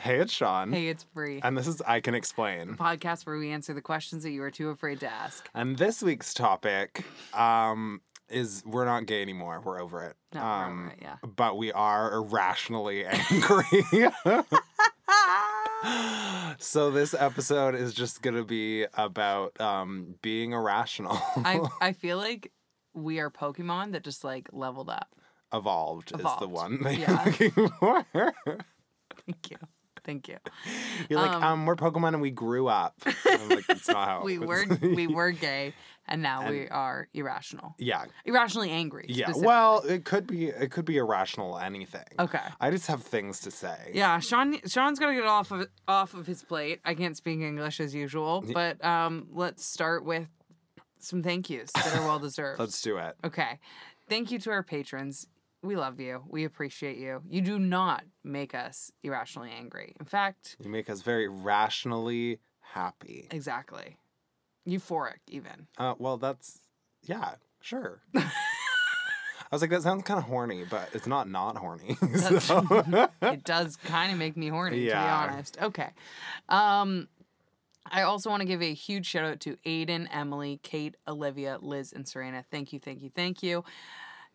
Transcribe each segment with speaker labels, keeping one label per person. Speaker 1: Hey, it's Sean.
Speaker 2: Hey, it's Bree.
Speaker 1: And this is I Can Explain.
Speaker 2: podcast where we answer the questions that you are too afraid to ask.
Speaker 1: And this week's topic um, is we're not gay anymore. We're over it.
Speaker 2: No, we're over
Speaker 1: um,
Speaker 2: it, yeah.
Speaker 1: But we are irrationally angry. so this episode is just going to be about um, being irrational.
Speaker 2: I I feel like we are Pokemon that just like leveled up.
Speaker 1: evolved, is the
Speaker 2: Evolved,
Speaker 1: one that
Speaker 2: yeah.
Speaker 1: you're looking for.
Speaker 2: Thank you. Thank you.
Speaker 1: You're like, um,
Speaker 2: Um,
Speaker 1: we're Pokemon and we grew up. I'm like, that's not how it
Speaker 2: We were
Speaker 1: was."
Speaker 2: we were gay and now we are irrational.
Speaker 1: yeah,
Speaker 2: Irrationally angry.
Speaker 1: Yeah.
Speaker 2: specifically.
Speaker 1: Well, it could be it could be irrational anything.
Speaker 2: Okay.
Speaker 1: I just have things to say.
Speaker 2: Yeah, Sean Sean's got to get off of off of his plate. I can't speak English as usual, but um let's start with some thank yous that are well deserved.
Speaker 1: Let's do it.
Speaker 2: Okay. Thank you to our patrons. We love you. We appreciate you. You do not make us irrationally angry. In fact,
Speaker 1: You make us very rationally happy.
Speaker 2: exactly. Euphoric, even.
Speaker 1: Uh, well, that's yeah, sure. I was like, that sounds kind of horny, but it's not not horny. so-
Speaker 2: It does kind of make me horny,
Speaker 1: Yeah.
Speaker 2: to be honest. Okay. Um, I also want to give a huge shout out to Aiden, Emily, Kate, Olivia, Liz, and Serena. Thank you, thank you, thank you.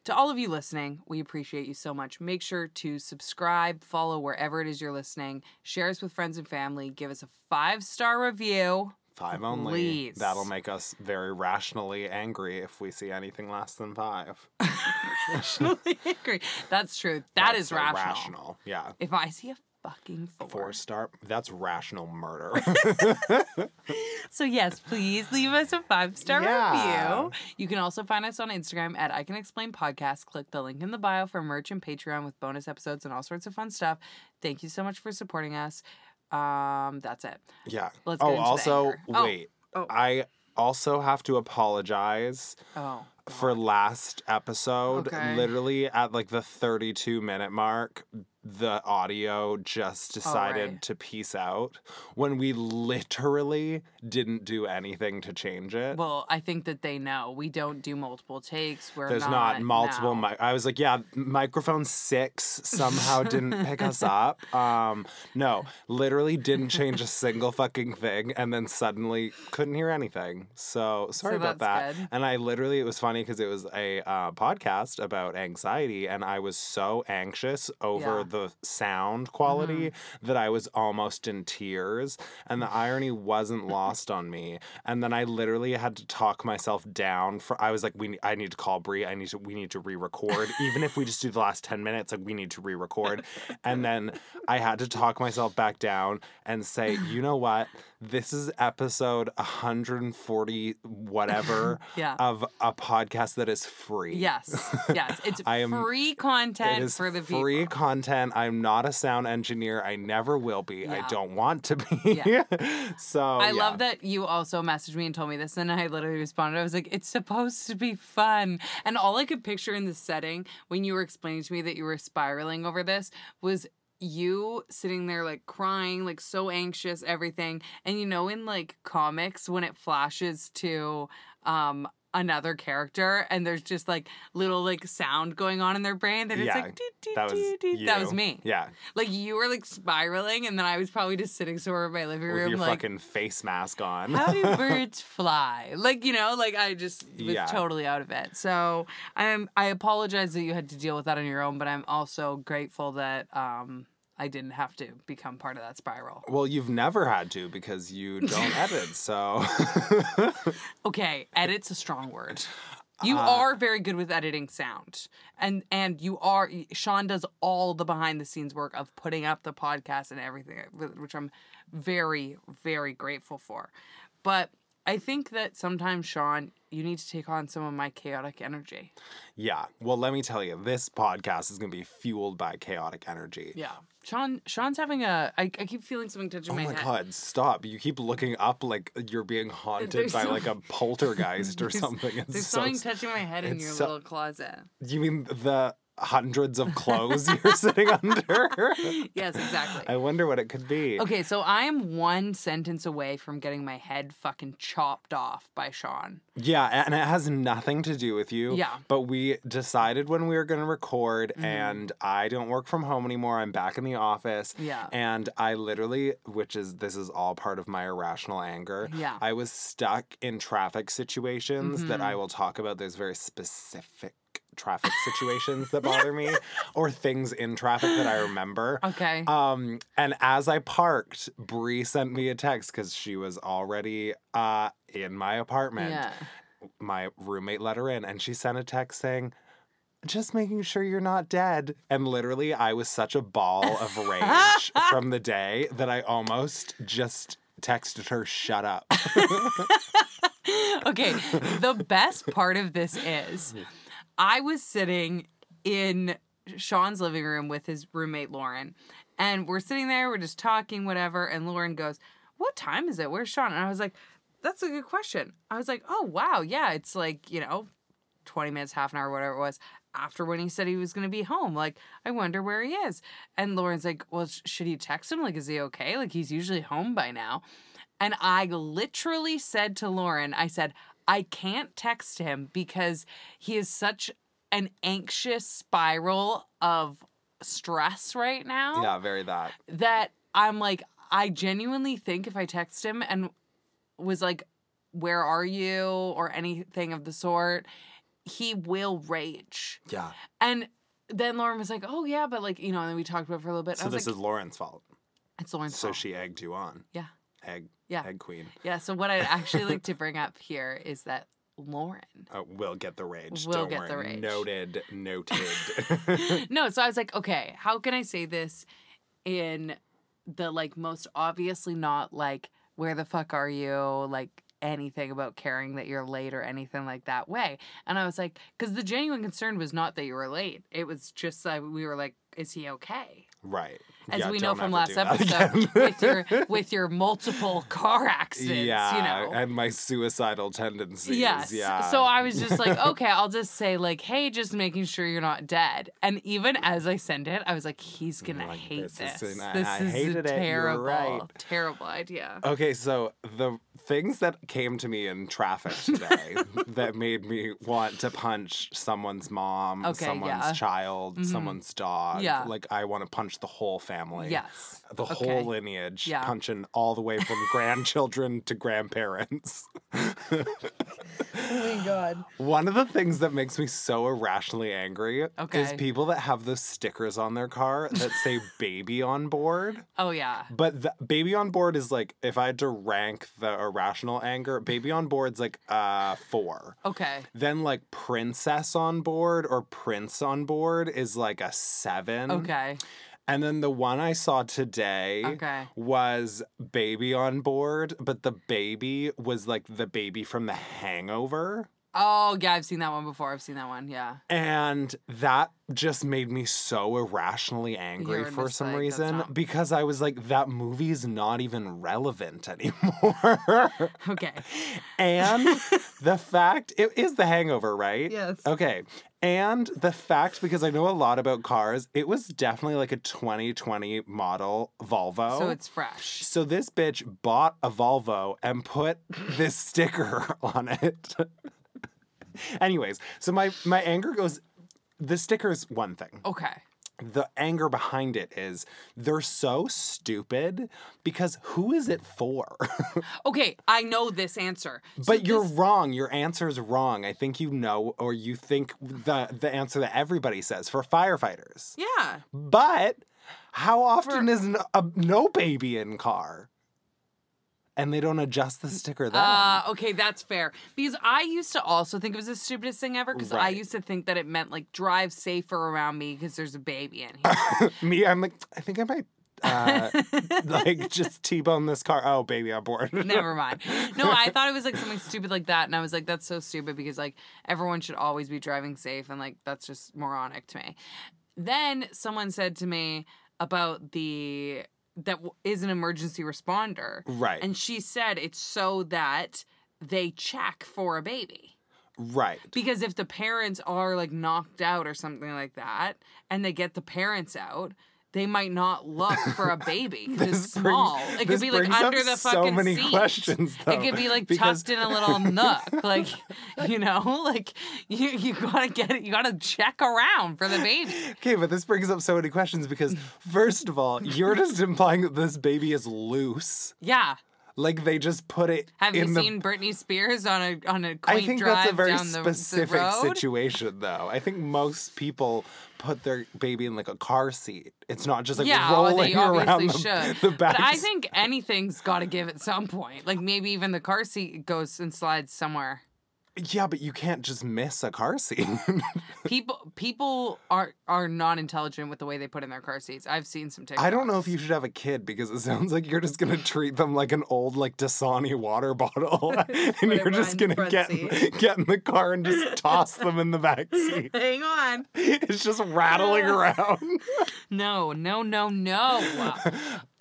Speaker 2: To all of you listening, we appreciate you so much. Make sure to subscribe, follow wherever it is you're listening, share us with friends and family, give us a five star review.
Speaker 1: five only.
Speaker 2: Please.
Speaker 1: That'll make us very rationally angry if we see anything less than five.
Speaker 2: Rationally angry. That's true. That's
Speaker 1: That's so
Speaker 2: rational.
Speaker 1: Rational. Yeah.
Speaker 2: If I see a fucking four.
Speaker 1: Four star. That's rational murder.
Speaker 2: So yes, please leave us a five star
Speaker 1: Yeah.
Speaker 2: review. You can also find us on Instagram at I Can Explain Podcast. Click the link in the bio for merch and Patreon with bonus episodes and all sorts of fun stuff. Thank you so much for supporting us. Um, that's it.
Speaker 1: yeah.
Speaker 2: Let's get
Speaker 1: oh,
Speaker 2: into the
Speaker 1: also,
Speaker 2: anger. Oh,
Speaker 1: wait.
Speaker 2: oh.
Speaker 1: I also have to apologize
Speaker 2: Oh,
Speaker 1: for last episode
Speaker 2: Okay.
Speaker 1: literally at like the 32 minute mark the audio just decided
Speaker 2: Oh, right.
Speaker 1: to peace out when we literally didn't do anything to change it
Speaker 2: well, I think that they know we don't do multiple takes. We're
Speaker 1: there's not, multiple
Speaker 2: no.
Speaker 1: mi- i was like yeah microphone six somehow didn't pick us up um no literally didn't change a single fucking thing and then suddenly couldn't hear anything so sorry about that
Speaker 2: that's good.
Speaker 1: and i literally it was funny because it was a uh, podcast about anxiety and i was so anxious over
Speaker 2: Yeah.
Speaker 1: the sound quality that i was almost in tears and the irony wasn't lost on me and then i literally had to talk myself down for i was like we ne- i need to call brie i need to we need to re-record even if we just do the last 10 minutes like we need to re-record and then i had to talk myself back down and say you know what this is episode 140 whatever
Speaker 2: Yeah.
Speaker 1: of a podcast that is free
Speaker 2: Yes, yes, it's
Speaker 1: I am-
Speaker 2: free
Speaker 1: it
Speaker 2: content
Speaker 1: is
Speaker 2: for the people.
Speaker 1: free content. I'm not a sound engineer. I never will be. I
Speaker 2: Yeah.
Speaker 1: don't want to be.
Speaker 2: Yeah.
Speaker 1: so
Speaker 2: I
Speaker 1: Oh, yeah.
Speaker 2: love that you also messaged me and told me this, and I literally responded. I was like, "It's supposed to be fun," and all I could picture in the setting when you were explaining to me that you were spiraling over this was you sitting there like crying, like so anxious, everything. And you know, in like comics, when it flashes to um another character, and there's just like little like sound going on in their brain that it's
Speaker 1: Yeah,
Speaker 2: like "Doo, doo,
Speaker 1: That was
Speaker 2: doo, doo." that was
Speaker 1: you.
Speaker 2: me.
Speaker 1: Yeah,
Speaker 2: Like you were like spiraling, and then I was probably just sitting somewhere in my living
Speaker 1: with
Speaker 2: room,
Speaker 1: your
Speaker 2: like.
Speaker 1: fucking face mask on.
Speaker 2: How do birds fly? Like you know, like I just was
Speaker 1: Yeah.
Speaker 2: totally out of it. So I'm I apologize that you had to deal with that on your own, but I'm also grateful that um I didn't have to become part of that spiral.
Speaker 1: well, you've never had to because you don't edit. So
Speaker 2: Okay, edit's a strong word. You
Speaker 1: Uh,
Speaker 2: are very good with editing sound, and and you are Sean does all the behind the scenes work of putting up the podcast and everything, uh, which I'm very very grateful for. But I think that sometimes Sean, you need to take on some of my chaotic energy.
Speaker 1: yeah. Well, let me tell you, this podcast is gonna be fueled by chaotic energy.
Speaker 2: Yeah, Sean. Sean's having a. I, I keep feeling something touching
Speaker 1: Oh
Speaker 2: my,
Speaker 1: my
Speaker 2: head.
Speaker 1: god, stop. You keep looking up like you're being haunted
Speaker 2: There's
Speaker 1: by
Speaker 2: some-
Speaker 1: like a poltergeist or
Speaker 2: There's-
Speaker 1: something. It's
Speaker 2: There's
Speaker 1: so
Speaker 2: something touching my head in
Speaker 1: it's
Speaker 2: your
Speaker 1: so-
Speaker 2: little closet.
Speaker 1: You mean the hundreds of clothes you're sitting under.
Speaker 2: yes, exactly.
Speaker 1: I wonder what it could be.
Speaker 2: Okay, so I'm one sentence away from getting my head fucking chopped off by Sean.
Speaker 1: Yeah, and it has nothing to do with you.
Speaker 2: Yeah.
Speaker 1: But we decided when we were going to record,
Speaker 2: Mhm.
Speaker 1: and I don't work from home anymore. I'm back in the office.
Speaker 2: Yeah.
Speaker 1: And I literally, which is, this is all part of my irrational anger.
Speaker 2: Yeah.
Speaker 1: I was stuck in traffic situations that
Speaker 2: Mhm.
Speaker 1: I will talk about. There's very specific traffic situations that bother me or things in traffic that I remember.
Speaker 2: Okay.
Speaker 1: Um, and as I parked, Bree sent me a text because she was already uh in my apartment.
Speaker 2: yeah.
Speaker 1: My roommate let her in, and she sent a text saying, "Just making sure you're not dead." And literally, I was such a ball of rage from the day that I almost just texted her, "Shut up."
Speaker 2: okay, the best part of this is I was sitting in Sean's living room with his roommate Lauren, and we're sitting there, we're just talking, whatever. And Lauren goes, What time is it? Where's Sean? And I was like, That's a good question. I was like, Oh, wow. Yeah, it's like, you know, 20 minutes, half an hour, whatever it was, after when he said he was going to be home. Like, I wonder where he is. And Lauren's like, Well, sh- should he text him? Like, is he okay? Like, he's usually home by now. And I literally said to Lauren, I said, I can't text him because he is such an anxious spiral of stress right now
Speaker 1: yeah, very that.
Speaker 2: that I'm like, I genuinely think if I text him and was like, where are you or anything of the sort, he will rage.
Speaker 1: Yeah.
Speaker 2: And then Lauren was like, oh, yeah, but like, you know, and then we talked about it for a little bit.
Speaker 1: So
Speaker 2: I was
Speaker 1: this
Speaker 2: like,
Speaker 1: is Lauren's fault.
Speaker 2: it's Lauren's
Speaker 1: So
Speaker 2: fault.
Speaker 1: she egged you on.
Speaker 2: Yeah.
Speaker 1: Egg.
Speaker 2: Yeah.
Speaker 1: Egg queen.
Speaker 2: yeah, so what I'd actually like to bring up here is that Lauren
Speaker 1: Uh, we'll get the rage.
Speaker 2: Will
Speaker 1: Don't
Speaker 2: get
Speaker 1: worry.
Speaker 2: the rage.
Speaker 1: Noted. Noted.
Speaker 2: no, so I was like, okay, how can I say this in the like most obviously not like where the fuck are you like anything about caring that you're late or anything like that way. And I was like, because the genuine concern was not that you were late. It was just that we were like, is he okay?
Speaker 1: Right.
Speaker 2: As
Speaker 1: Yeah,
Speaker 2: we
Speaker 1: don't
Speaker 2: know from
Speaker 1: ever
Speaker 2: last
Speaker 1: do that
Speaker 2: episode, with your
Speaker 1: again.
Speaker 2: with your multiple car accidents, you
Speaker 1: yeah,
Speaker 2: know.
Speaker 1: and my suicidal tendencies.
Speaker 2: Yes.
Speaker 1: Yeah.
Speaker 2: So I was just like, okay, I'll just say like, hey, just making sure you're not dead. And even as I send it, I was like, he's gonna
Speaker 1: Like,
Speaker 2: hate
Speaker 1: this is
Speaker 2: this.
Speaker 1: an- I-
Speaker 2: this
Speaker 1: I
Speaker 2: is
Speaker 1: hated it, you
Speaker 2: a
Speaker 1: were
Speaker 2: terrible,
Speaker 1: right.
Speaker 2: terrible idea.
Speaker 1: Okay, so the things that came to me in traffic today that made me want to punch someone's mom,
Speaker 2: Okay,
Speaker 1: someone's
Speaker 2: yeah.
Speaker 1: child,
Speaker 2: Mhm.
Speaker 1: someone's dog.
Speaker 2: Yeah.
Speaker 1: Like I want to punch the whole family.
Speaker 2: yes.
Speaker 1: The
Speaker 2: Okay.
Speaker 1: whole lineage,
Speaker 2: Yeah.
Speaker 1: punching all the way from grandchildren to grandparents.
Speaker 2: Oh my god.
Speaker 1: One of the things that makes me so irrationally angry is
Speaker 2: Okay.
Speaker 1: people that have those stickers on their car that say baby on board.
Speaker 2: Oh yeah.
Speaker 1: But the, baby on board is like, if I had to rank the irrational anger, baby on board's like uh, four.
Speaker 2: Okay.
Speaker 1: Then like princess on board or prince on board is like a seven.
Speaker 2: Okay.
Speaker 1: And then the one I saw today
Speaker 2: Okay.
Speaker 1: was baby on board, but the baby was like the baby from the hangover.
Speaker 2: Oh yeah, I've seen that one before. I've seen that one. Yeah.
Speaker 1: And that just made me so irrationally angry
Speaker 2: were
Speaker 1: for
Speaker 2: just
Speaker 1: some
Speaker 2: like, that's
Speaker 1: reason
Speaker 2: not-
Speaker 1: because I was like, that movie is not even relevant anymore.
Speaker 2: Okay.
Speaker 1: and the fact, it is The Hangover, right?
Speaker 2: yes.
Speaker 1: Okay. And the fact, because I know a lot about cars, it was definitely like a 2020 model Volvo.
Speaker 2: So it's fresh.
Speaker 1: So this bitch bought a Volvo and put this sticker on it. Anyways, so my my anger goes the sticker is one thing.
Speaker 2: Okay.
Speaker 1: The anger behind it is they're so stupid because who is it for?
Speaker 2: Okay. I know this answer. So
Speaker 1: but you're
Speaker 2: this-
Speaker 1: wrong. Your answer is wrong. I think you know or you think the the answer that everybody says for firefighters.
Speaker 2: yeah.
Speaker 1: But how often is n- a, no baby in car? And they don't adjust the sticker then.
Speaker 2: Uh, okay, that's fair. Because I used to also think it was the stupidest thing ever because I
Speaker 1: Right.
Speaker 2: used to think that it meant like drive safer around me because there's a baby in here.
Speaker 1: Me, I'm like, I think I might uh, like just T-bone this car. Oh, baby, on board.
Speaker 2: Never mind. No, I thought it was like something stupid like that. And I was like, that's so stupid because like everyone should always be driving safe. And like, that's just moronic to me. Then someone said to me about the that w- is an emergency responder.
Speaker 1: right.
Speaker 2: And she said it's so that they check for a baby.
Speaker 1: Right.
Speaker 2: Because if the parents are like knocked out or something like that, and they get the parents out, they might not look for a baby because it's small.
Speaker 1: brings-
Speaker 2: it could
Speaker 1: this
Speaker 2: be like
Speaker 1: brings up
Speaker 2: under the
Speaker 1: so
Speaker 2: fucking
Speaker 1: many
Speaker 2: seat.
Speaker 1: questions,
Speaker 2: it
Speaker 1: though,
Speaker 2: could be like
Speaker 1: because-
Speaker 2: tucked in a little nook. Like you know, like you you gotta get it. You gotta check around for the baby.
Speaker 1: Okay, but this brings up so many questions because, first of all, you're just implying that this baby is loose.
Speaker 2: Yeah.
Speaker 1: Like they just put it
Speaker 2: Have
Speaker 1: in
Speaker 2: you
Speaker 1: the.
Speaker 2: seen Britney Spears on a on a
Speaker 1: I
Speaker 2: quaint
Speaker 1: think
Speaker 2: drive
Speaker 1: that's a very
Speaker 2: down the, the
Speaker 1: specific
Speaker 2: road?
Speaker 1: situation, though. I think most people put their baby in like a car seat. It's not just like
Speaker 2: yeah, or
Speaker 1: rolling
Speaker 2: they
Speaker 1: around
Speaker 2: obviously
Speaker 1: the,
Speaker 2: should.
Speaker 1: the back.
Speaker 2: But I think anything's got to give at some point. Like maybe even the car seat goes and slides somewhere.
Speaker 1: yeah, but you can't just miss a car seat.
Speaker 2: People people are are not intelligent with the way they put in their car seats. I've seen some TikToks.
Speaker 1: I don't know if you should have a kid because it sounds like you're just gonna treat them like an old like Dasani water bottle, and
Speaker 2: it
Speaker 1: you're
Speaker 2: on
Speaker 1: just gonna
Speaker 2: front
Speaker 1: get
Speaker 2: seat.
Speaker 1: get in the car and just toss them in the back seat.
Speaker 2: Hang on.
Speaker 1: It's just rattling around.
Speaker 2: No, no, no, no.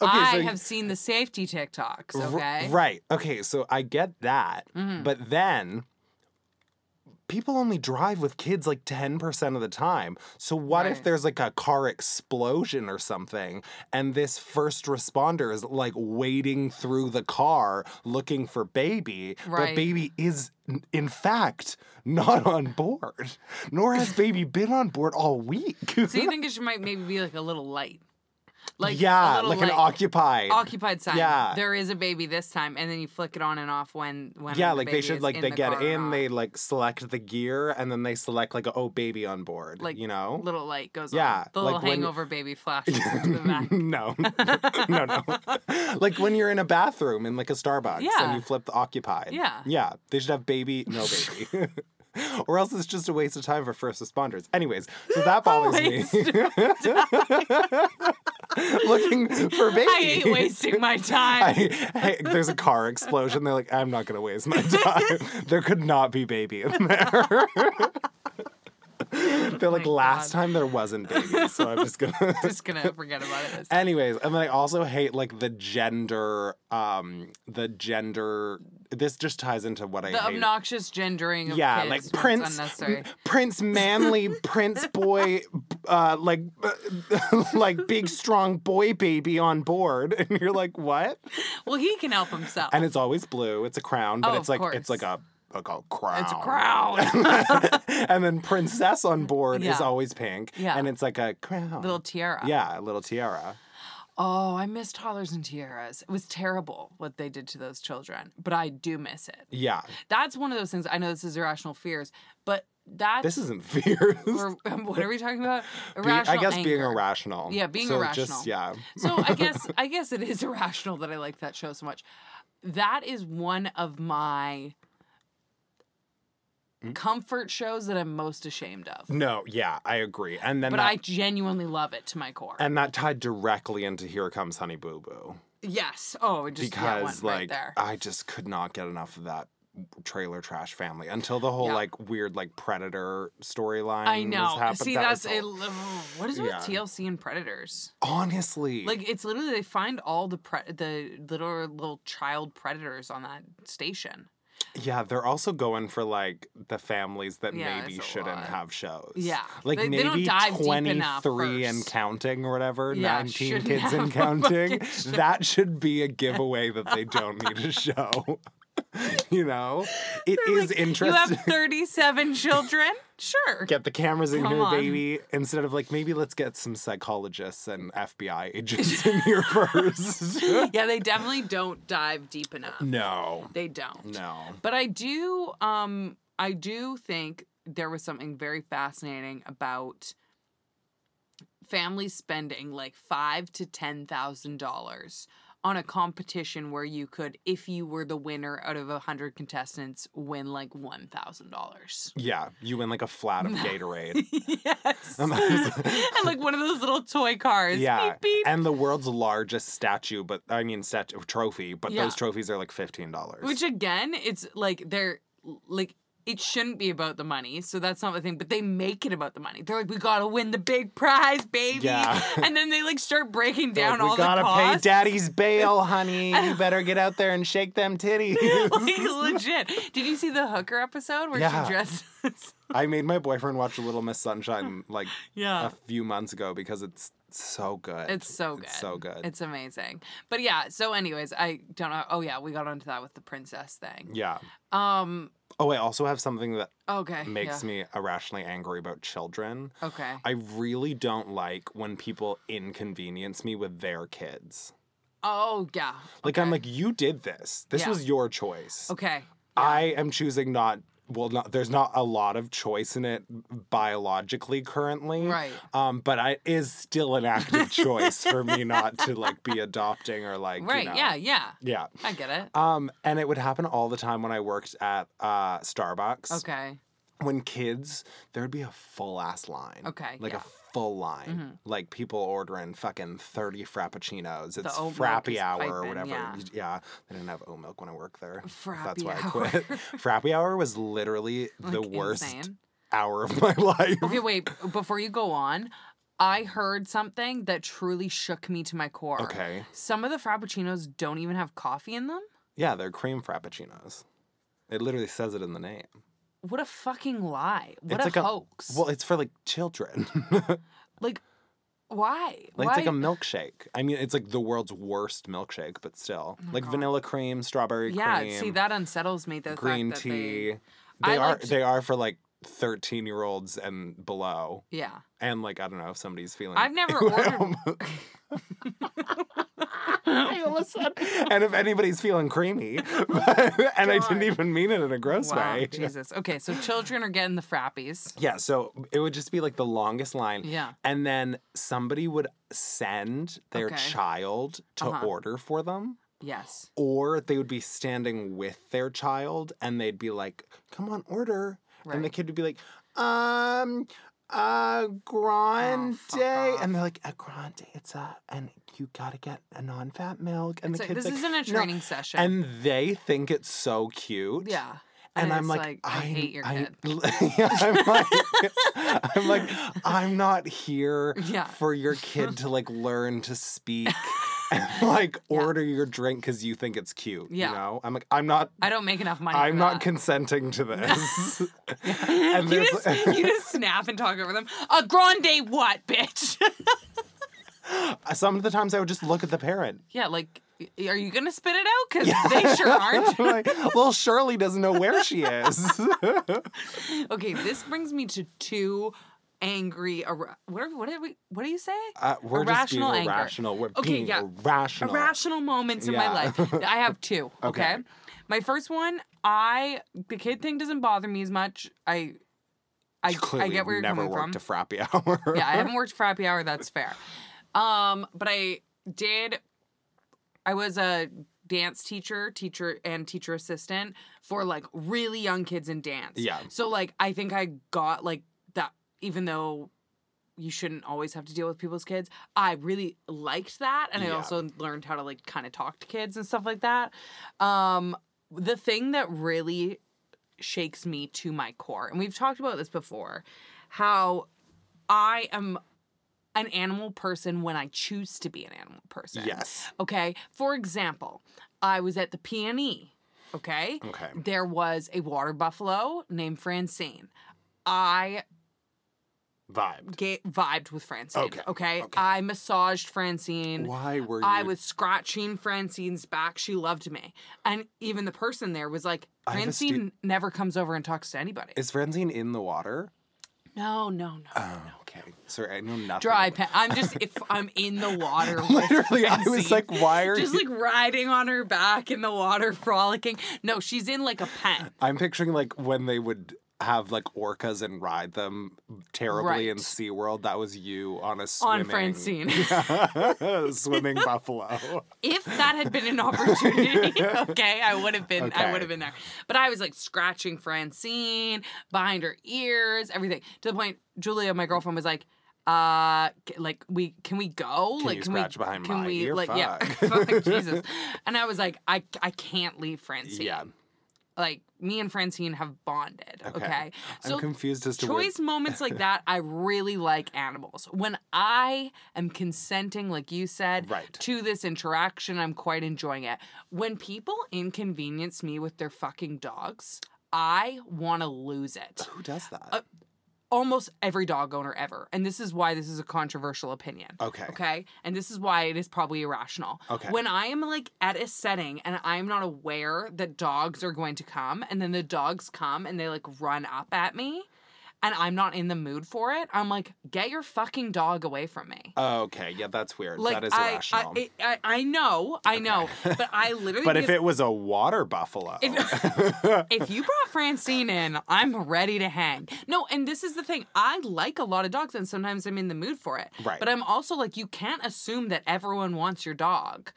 Speaker 2: I have seen the safety TikToks.
Speaker 1: r-
Speaker 2: Okay. Mm-hmm.
Speaker 1: right. Okay, so I get that, but then people only drive with kids like 10% of the time. So what
Speaker 2: Right.
Speaker 1: if there's like a car explosion or something and this first responder is like wading through the car looking for baby,
Speaker 2: Right.
Speaker 1: but baby is n- in fact not on board. Nor has baby been on board all week.
Speaker 2: So you think it should might maybe be like a little light, like a
Speaker 1: yeah,
Speaker 2: little
Speaker 1: like an
Speaker 2: light.
Speaker 1: occupied.
Speaker 2: occupied sign.
Speaker 1: Yeah.
Speaker 2: There is a baby this time, and then you flick it on and off when when
Speaker 1: yeah,
Speaker 2: the
Speaker 1: like
Speaker 2: baby
Speaker 1: they should
Speaker 2: is
Speaker 1: like
Speaker 2: in
Speaker 1: they
Speaker 2: the
Speaker 1: get
Speaker 2: car or
Speaker 1: in,
Speaker 2: not.
Speaker 1: they like select the gear, and then they select like oh baby on board,
Speaker 2: Like,
Speaker 1: like you know.
Speaker 2: little light goes
Speaker 1: Yeah,
Speaker 2: on. The
Speaker 1: like
Speaker 2: little
Speaker 1: when-
Speaker 2: hangover baby flashes into the back.
Speaker 1: no, no, no. like when you're in a bathroom in like a Starbucks
Speaker 2: Yeah.
Speaker 1: and you flip the occupied.
Speaker 2: Yeah.
Speaker 1: Yeah. They should have baby, no baby. or else it's just a waste of time for first responders. Anyways, so that bothers me.
Speaker 2: waste of
Speaker 1: Looking for baby.
Speaker 2: I hate wasting my
Speaker 1: I,
Speaker 2: time.
Speaker 1: hey, there's a car explosion. They're like, I'm not going to waste my time. there could not be baby in there. They're like,
Speaker 2: Oh my
Speaker 1: last
Speaker 2: God.
Speaker 1: time there wasn't baby, so I'm just going to.
Speaker 2: just gonna forget about it. This time.
Speaker 1: Anyways, and then I also hate like the gender, um, the gender. This just ties into what I
Speaker 2: The
Speaker 1: hate.
Speaker 2: obnoxious gendering of
Speaker 1: yeah,
Speaker 2: kids
Speaker 1: like
Speaker 2: when it's
Speaker 1: Prince,
Speaker 2: unnecessary.
Speaker 1: Prince manly, Prince boy, uh, like, like big strong boy baby on board, and you're like, what?
Speaker 2: Well, he can help himself.
Speaker 1: And it's always blue. It's a crown,
Speaker 2: Oh,
Speaker 1: but
Speaker 2: of
Speaker 1: it's like
Speaker 2: course.
Speaker 1: it's like a like a crown.
Speaker 2: it's a crown,
Speaker 1: and then princess on board
Speaker 2: Yeah.
Speaker 1: is always pink.
Speaker 2: Yeah.
Speaker 1: And it's like a crown.
Speaker 2: little tiara.
Speaker 1: yeah, a little tiara.
Speaker 2: Oh, I miss toddlers and tiaras. It was terrible what they did to those children, but I do miss it.
Speaker 1: Yeah.
Speaker 2: That's one of those things. I know this is irrational fears, but that's
Speaker 1: This isn't fears.
Speaker 2: or what are we talking about?
Speaker 1: Be-
Speaker 2: Irrational.
Speaker 1: I guess being
Speaker 2: anger.
Speaker 1: irrational.
Speaker 2: Yeah, being
Speaker 1: so
Speaker 2: irrational.
Speaker 1: Just, yeah.
Speaker 2: so I guess I guess it is irrational that I like that show so much. That is one of my
Speaker 1: Mm.
Speaker 2: comfort shows that I'm most ashamed of.
Speaker 1: No, yeah, I agree. And then
Speaker 2: But
Speaker 1: that,
Speaker 2: I genuinely love it to my core.
Speaker 1: and that tied directly into Here Comes Honey Boo Boo.
Speaker 2: yes. Oh, it just that one
Speaker 1: Because
Speaker 2: right
Speaker 1: like
Speaker 2: there.
Speaker 1: I just could not get enough of that trailer trash family until the whole
Speaker 2: Yeah.
Speaker 1: like weird like predator storyline
Speaker 2: I
Speaker 1: was
Speaker 2: know.
Speaker 1: happened.
Speaker 2: See,
Speaker 1: That was
Speaker 2: that's it.
Speaker 1: all-
Speaker 2: What is with
Speaker 1: Yeah.
Speaker 2: TLC and Predators?
Speaker 1: honestly
Speaker 2: Like, it's literally they find all the pre- the little little child predators on that station.
Speaker 1: Yeah, they're also going for like the families that
Speaker 2: Yeah,
Speaker 1: maybe
Speaker 2: it's a
Speaker 1: shouldn't
Speaker 2: lot.
Speaker 1: have shows.
Speaker 2: Yeah.
Speaker 1: Like
Speaker 2: They- they don't
Speaker 1: maybe
Speaker 2: dive deep enough
Speaker 1: 23 and
Speaker 2: first.
Speaker 1: counting or whatever,
Speaker 2: Yeah,
Speaker 1: 19
Speaker 2: shouldn't
Speaker 1: kids
Speaker 2: have a
Speaker 1: and counting.
Speaker 2: fucking show.
Speaker 1: That should be a giveaway that they don't need a show. you know? It
Speaker 2: They're
Speaker 1: is
Speaker 2: like,
Speaker 1: interesting.
Speaker 2: You have 37 children? Sure.
Speaker 1: Get the cameras in
Speaker 2: Come
Speaker 1: here,
Speaker 2: on.
Speaker 1: baby. Instead of like, maybe let's get some psychologists and FBI agents in here first.
Speaker 2: yeah, they definitely don't dive deep enough.
Speaker 1: no,
Speaker 2: They don't.
Speaker 1: no.
Speaker 2: But I do um I do think there was something very fascinating about families spending like five to ten thousand dollars on a competition where you could, if you were the winner out of a hundred contestants, win like one thousand dollars.
Speaker 1: Yeah, you win like a flat of Gatorade.
Speaker 2: yes. and like one of those little toy cars.
Speaker 1: Yeah,
Speaker 2: Beep, beep.
Speaker 1: and the world's largest statue, but I mean statue trophy, but
Speaker 2: Yeah.
Speaker 1: those trophies are like fifteen dollars.
Speaker 2: Which again, it's like they're like it shouldn't be about the money, so that's not the thing. But they make it about the money. They're like, we gotta win the big prize, baby.
Speaker 1: Yeah.
Speaker 2: And then they like start breaking down
Speaker 1: Like, we
Speaker 2: all
Speaker 1: gotta
Speaker 2: the costs.
Speaker 1: pay daddy's bail, honey. You better get out there and shake them titties.
Speaker 2: like legit. Did you see the hooker episode where
Speaker 1: Yeah.
Speaker 2: she dresses?
Speaker 1: I made my boyfriend watch Little Miss Sunshine like
Speaker 2: yeah.
Speaker 1: a few months ago because it's so good.
Speaker 2: Uh. It's so good.
Speaker 1: It's so good.
Speaker 2: It's amazing. But yeah, so anyways, I don't know. Oh yeah, we got onto that with the princess thing.
Speaker 1: yeah.
Speaker 2: Um
Speaker 1: Oh, I also have something that
Speaker 2: okay.
Speaker 1: makes
Speaker 2: yeah.
Speaker 1: me irrationally angry about children.
Speaker 2: Okay.
Speaker 1: I really don't like when people inconvenience me with their kids.
Speaker 2: Oh yeah.
Speaker 1: Like I'm
Speaker 2: Okay.
Speaker 1: like, you did this. This
Speaker 2: Yeah. Oh,
Speaker 1: was your choice.
Speaker 2: Okay.
Speaker 1: I am choosing not. Well, not, there's not a lot of choice in it biologically currently.
Speaker 2: Right.
Speaker 1: Um, but I is still an active choice for me not to like be adopting or like you
Speaker 2: Right.
Speaker 1: know.
Speaker 2: Yeah, yeah.
Speaker 1: yeah.
Speaker 2: I get it.
Speaker 1: Um, and it would happen all the time when I worked at uh, Starbucks.
Speaker 2: Okay.
Speaker 1: When kids, there would be a full ass line.
Speaker 2: Okay,
Speaker 1: Like
Speaker 2: yeah. Mm-hmm.
Speaker 1: a full line. Like people ordering fucking 30 frappuccinos. It's
Speaker 2: oat milk
Speaker 1: frappy
Speaker 2: is
Speaker 1: hour or
Speaker 2: piping,
Speaker 1: whatever.
Speaker 2: yeah.
Speaker 1: They didn't have oat milk when I worked there. That's
Speaker 2: Frappy
Speaker 1: why I
Speaker 2: hour.
Speaker 1: quit. frappy hour was literally the
Speaker 2: Like,
Speaker 1: worst
Speaker 2: insane.
Speaker 1: hour of my life.
Speaker 2: Okay, wait, before you go on, I heard something that truly shook me to my core.
Speaker 1: okay.
Speaker 2: Some of the frappuccinos don't even have coffee in them.
Speaker 1: Yeah, they're cream frappuccinos. It literally says it in the name.
Speaker 2: What a fucking lie. What
Speaker 1: It's
Speaker 2: a
Speaker 1: like a-
Speaker 2: hoax.
Speaker 1: Well, it's for like children.
Speaker 2: like why?
Speaker 1: Like,
Speaker 2: why?
Speaker 1: it's like a milkshake. I mean, it's like the world's worst milkshake, but still, like vanilla cream, strawberry
Speaker 2: Oh yeah,
Speaker 1: cream,
Speaker 2: see that unsettles me the fact
Speaker 1: green
Speaker 2: that
Speaker 1: tea. They,
Speaker 2: I
Speaker 1: are
Speaker 2: liked-
Speaker 1: they are for like thirteen year olds and below,
Speaker 2: They, yeah.
Speaker 1: and like I don't know if somebody's feeling.
Speaker 2: I've never ordered
Speaker 1: I almost said- and if anybody's feeling creamy, and I didn't
Speaker 2: God.
Speaker 1: even mean it in a gross
Speaker 2: Wow,
Speaker 1: way.
Speaker 2: Jesus. Okay, so children are getting the frappies.
Speaker 1: Yeah, so it would just be like the longest line.
Speaker 2: Yeah.
Speaker 1: And then somebody would send their
Speaker 2: Okay.
Speaker 1: child to
Speaker 2: Uh-huh.
Speaker 1: order for them,
Speaker 2: Yes.
Speaker 1: or they would be standing with their child and they'd be like, come on, order. And the
Speaker 2: Right. Oh,
Speaker 1: kid would be like, um, a grande.
Speaker 2: off.
Speaker 1: and they're like, a grande, it's a, and you gotta get a non fat milk. And
Speaker 2: It's
Speaker 1: the
Speaker 2: like,
Speaker 1: kid's
Speaker 2: this
Speaker 1: like,
Speaker 2: isn't a
Speaker 1: "No."
Speaker 2: training session.
Speaker 1: And they think it's so cute.
Speaker 2: yeah.
Speaker 1: And, I'm
Speaker 2: it's
Speaker 1: like,
Speaker 2: I,
Speaker 1: I
Speaker 2: hate your
Speaker 1: I,
Speaker 2: kid.
Speaker 1: yeah, I'm like, I'm like, I'm not here
Speaker 2: Yeah.
Speaker 1: for your kid to like learn to speak and like
Speaker 2: Yeah.
Speaker 1: order your drink because you think it's cute.
Speaker 2: Yeah.
Speaker 1: You know, I'm like, I'm not.
Speaker 2: I don't make enough money.
Speaker 1: I'm
Speaker 2: for
Speaker 1: not
Speaker 2: that.
Speaker 1: consenting to this.
Speaker 2: you
Speaker 1: and there's,
Speaker 2: just, you just snap and talk over them. A grande what, bitch?
Speaker 1: some of the times I would just look at the parent.
Speaker 2: yeah, like, y- are you gonna spit it out? Because they sure aren't.
Speaker 1: I'm like, well, Shirley doesn't know where she is.
Speaker 2: okay, this brings me to two angry. Ar- what are what are we? What do you say?
Speaker 1: Uh, we're just being
Speaker 2: Irrational anger.
Speaker 1: irrational. We're
Speaker 2: Okay,
Speaker 1: being
Speaker 2: yeah.
Speaker 1: irrational.
Speaker 2: irrational moments in my
Speaker 1: Yeah.
Speaker 2: life. I have two. Okay.
Speaker 1: Okay.
Speaker 2: My first one, I the kid thing doesn't bother me as much. I I,
Speaker 1: You clearly
Speaker 2: I get where you're
Speaker 1: never
Speaker 2: coming from.
Speaker 1: worked a frappy hour.
Speaker 2: yeah, I haven't worked for happy hour, that's fair. Um, but I did I was a dance teacher, teacher and teacher assistant for like really young kids in dance.
Speaker 1: Yeah.
Speaker 2: So like I think I got like that even though you shouldn't always have to deal with people's kids. I really liked that and I
Speaker 1: Yeah.
Speaker 2: also learned how to like kind of talk to kids and stuff like that. Um the thing that really shakes me to my core and we've talked about this before how I am an animal person when I choose to be an animal person.
Speaker 1: Yes.
Speaker 2: Okay. For example, I was at the PNE. Okay.
Speaker 1: Okay.
Speaker 2: There was a water buffalo named Francine. I
Speaker 1: Vibed.
Speaker 2: ga- vibed with Francine.
Speaker 1: Okay,
Speaker 2: Okay.
Speaker 1: okay.
Speaker 2: I massaged Francine.
Speaker 1: Why were you?
Speaker 2: I was scratching Francine's back. She loved me. And even the person there was like,
Speaker 1: I have a stu-
Speaker 2: Francine never comes over and talks to anybody.
Speaker 1: Is Francine in the water?
Speaker 2: No, no, no.
Speaker 1: Oh, okay. Sorry, I know nothing.
Speaker 2: Dry pen. I'm just if I'm in the water. with
Speaker 1: Literally, I was
Speaker 2: Francine.
Speaker 1: like, why are
Speaker 2: just
Speaker 1: you?
Speaker 2: like riding on her back in the water, frolicking. No, she's in like a pen.
Speaker 1: I'm picturing like when they would have like orcas and ride them terribly in
Speaker 2: Right.
Speaker 1: SeaWorld. That was you on a
Speaker 2: On
Speaker 1: swimming.
Speaker 2: Francine.
Speaker 1: Yeah. swimming buffalo.
Speaker 2: If that had been an opportunity, okay, I would have been I
Speaker 1: Okay.
Speaker 2: would have been there. But I was like scratching Francine behind her ears, everything. To the point Julia, my girlfriend, was like, uh c- like we can we go?
Speaker 1: Can
Speaker 2: like
Speaker 1: you
Speaker 2: can
Speaker 1: scratch
Speaker 2: we
Speaker 1: behind
Speaker 2: can
Speaker 1: my
Speaker 2: we
Speaker 1: ear?
Speaker 2: like yeah
Speaker 1: Fuck.
Speaker 2: fuck Jesus. And I was like, I I can't leave Francine.
Speaker 1: yeah.
Speaker 2: like me and Francine have bonded. Okay.
Speaker 1: Okay.
Speaker 2: So
Speaker 1: I'm confused as to where-
Speaker 2: choice moments like that, I really like animals. When I am consenting, like you said,
Speaker 1: Right.
Speaker 2: to this interaction, I'm quite enjoying it. When people inconvenience me with their fucking dogs, I want to lose it.
Speaker 1: who does that.
Speaker 2: Uh, Almost every dog owner ever. And this is why this is a controversial opinion.
Speaker 1: okay.
Speaker 2: Okay. And this is why it is probably irrational.
Speaker 1: Okay.
Speaker 2: When I am like at a setting and I'm not aware that dogs are going to come, and then the dogs come and they like run up at me, and I'm not in the mood for it, I'm like, get your fucking dog away from me.
Speaker 1: Okay. Yeah, that's weird.
Speaker 2: Like
Speaker 1: that is
Speaker 2: I,
Speaker 1: irrational.
Speaker 2: I, I, I know, I know, but I literally.
Speaker 1: but if
Speaker 2: because-
Speaker 1: it was a water buffalo,
Speaker 2: if you brought Francine in, I'm ready to hang. No, and this is the thing. I like a lot of dogs, and sometimes I'm in the mood for it.
Speaker 1: Right.
Speaker 2: But I'm also like, you can't assume that everyone wants your dog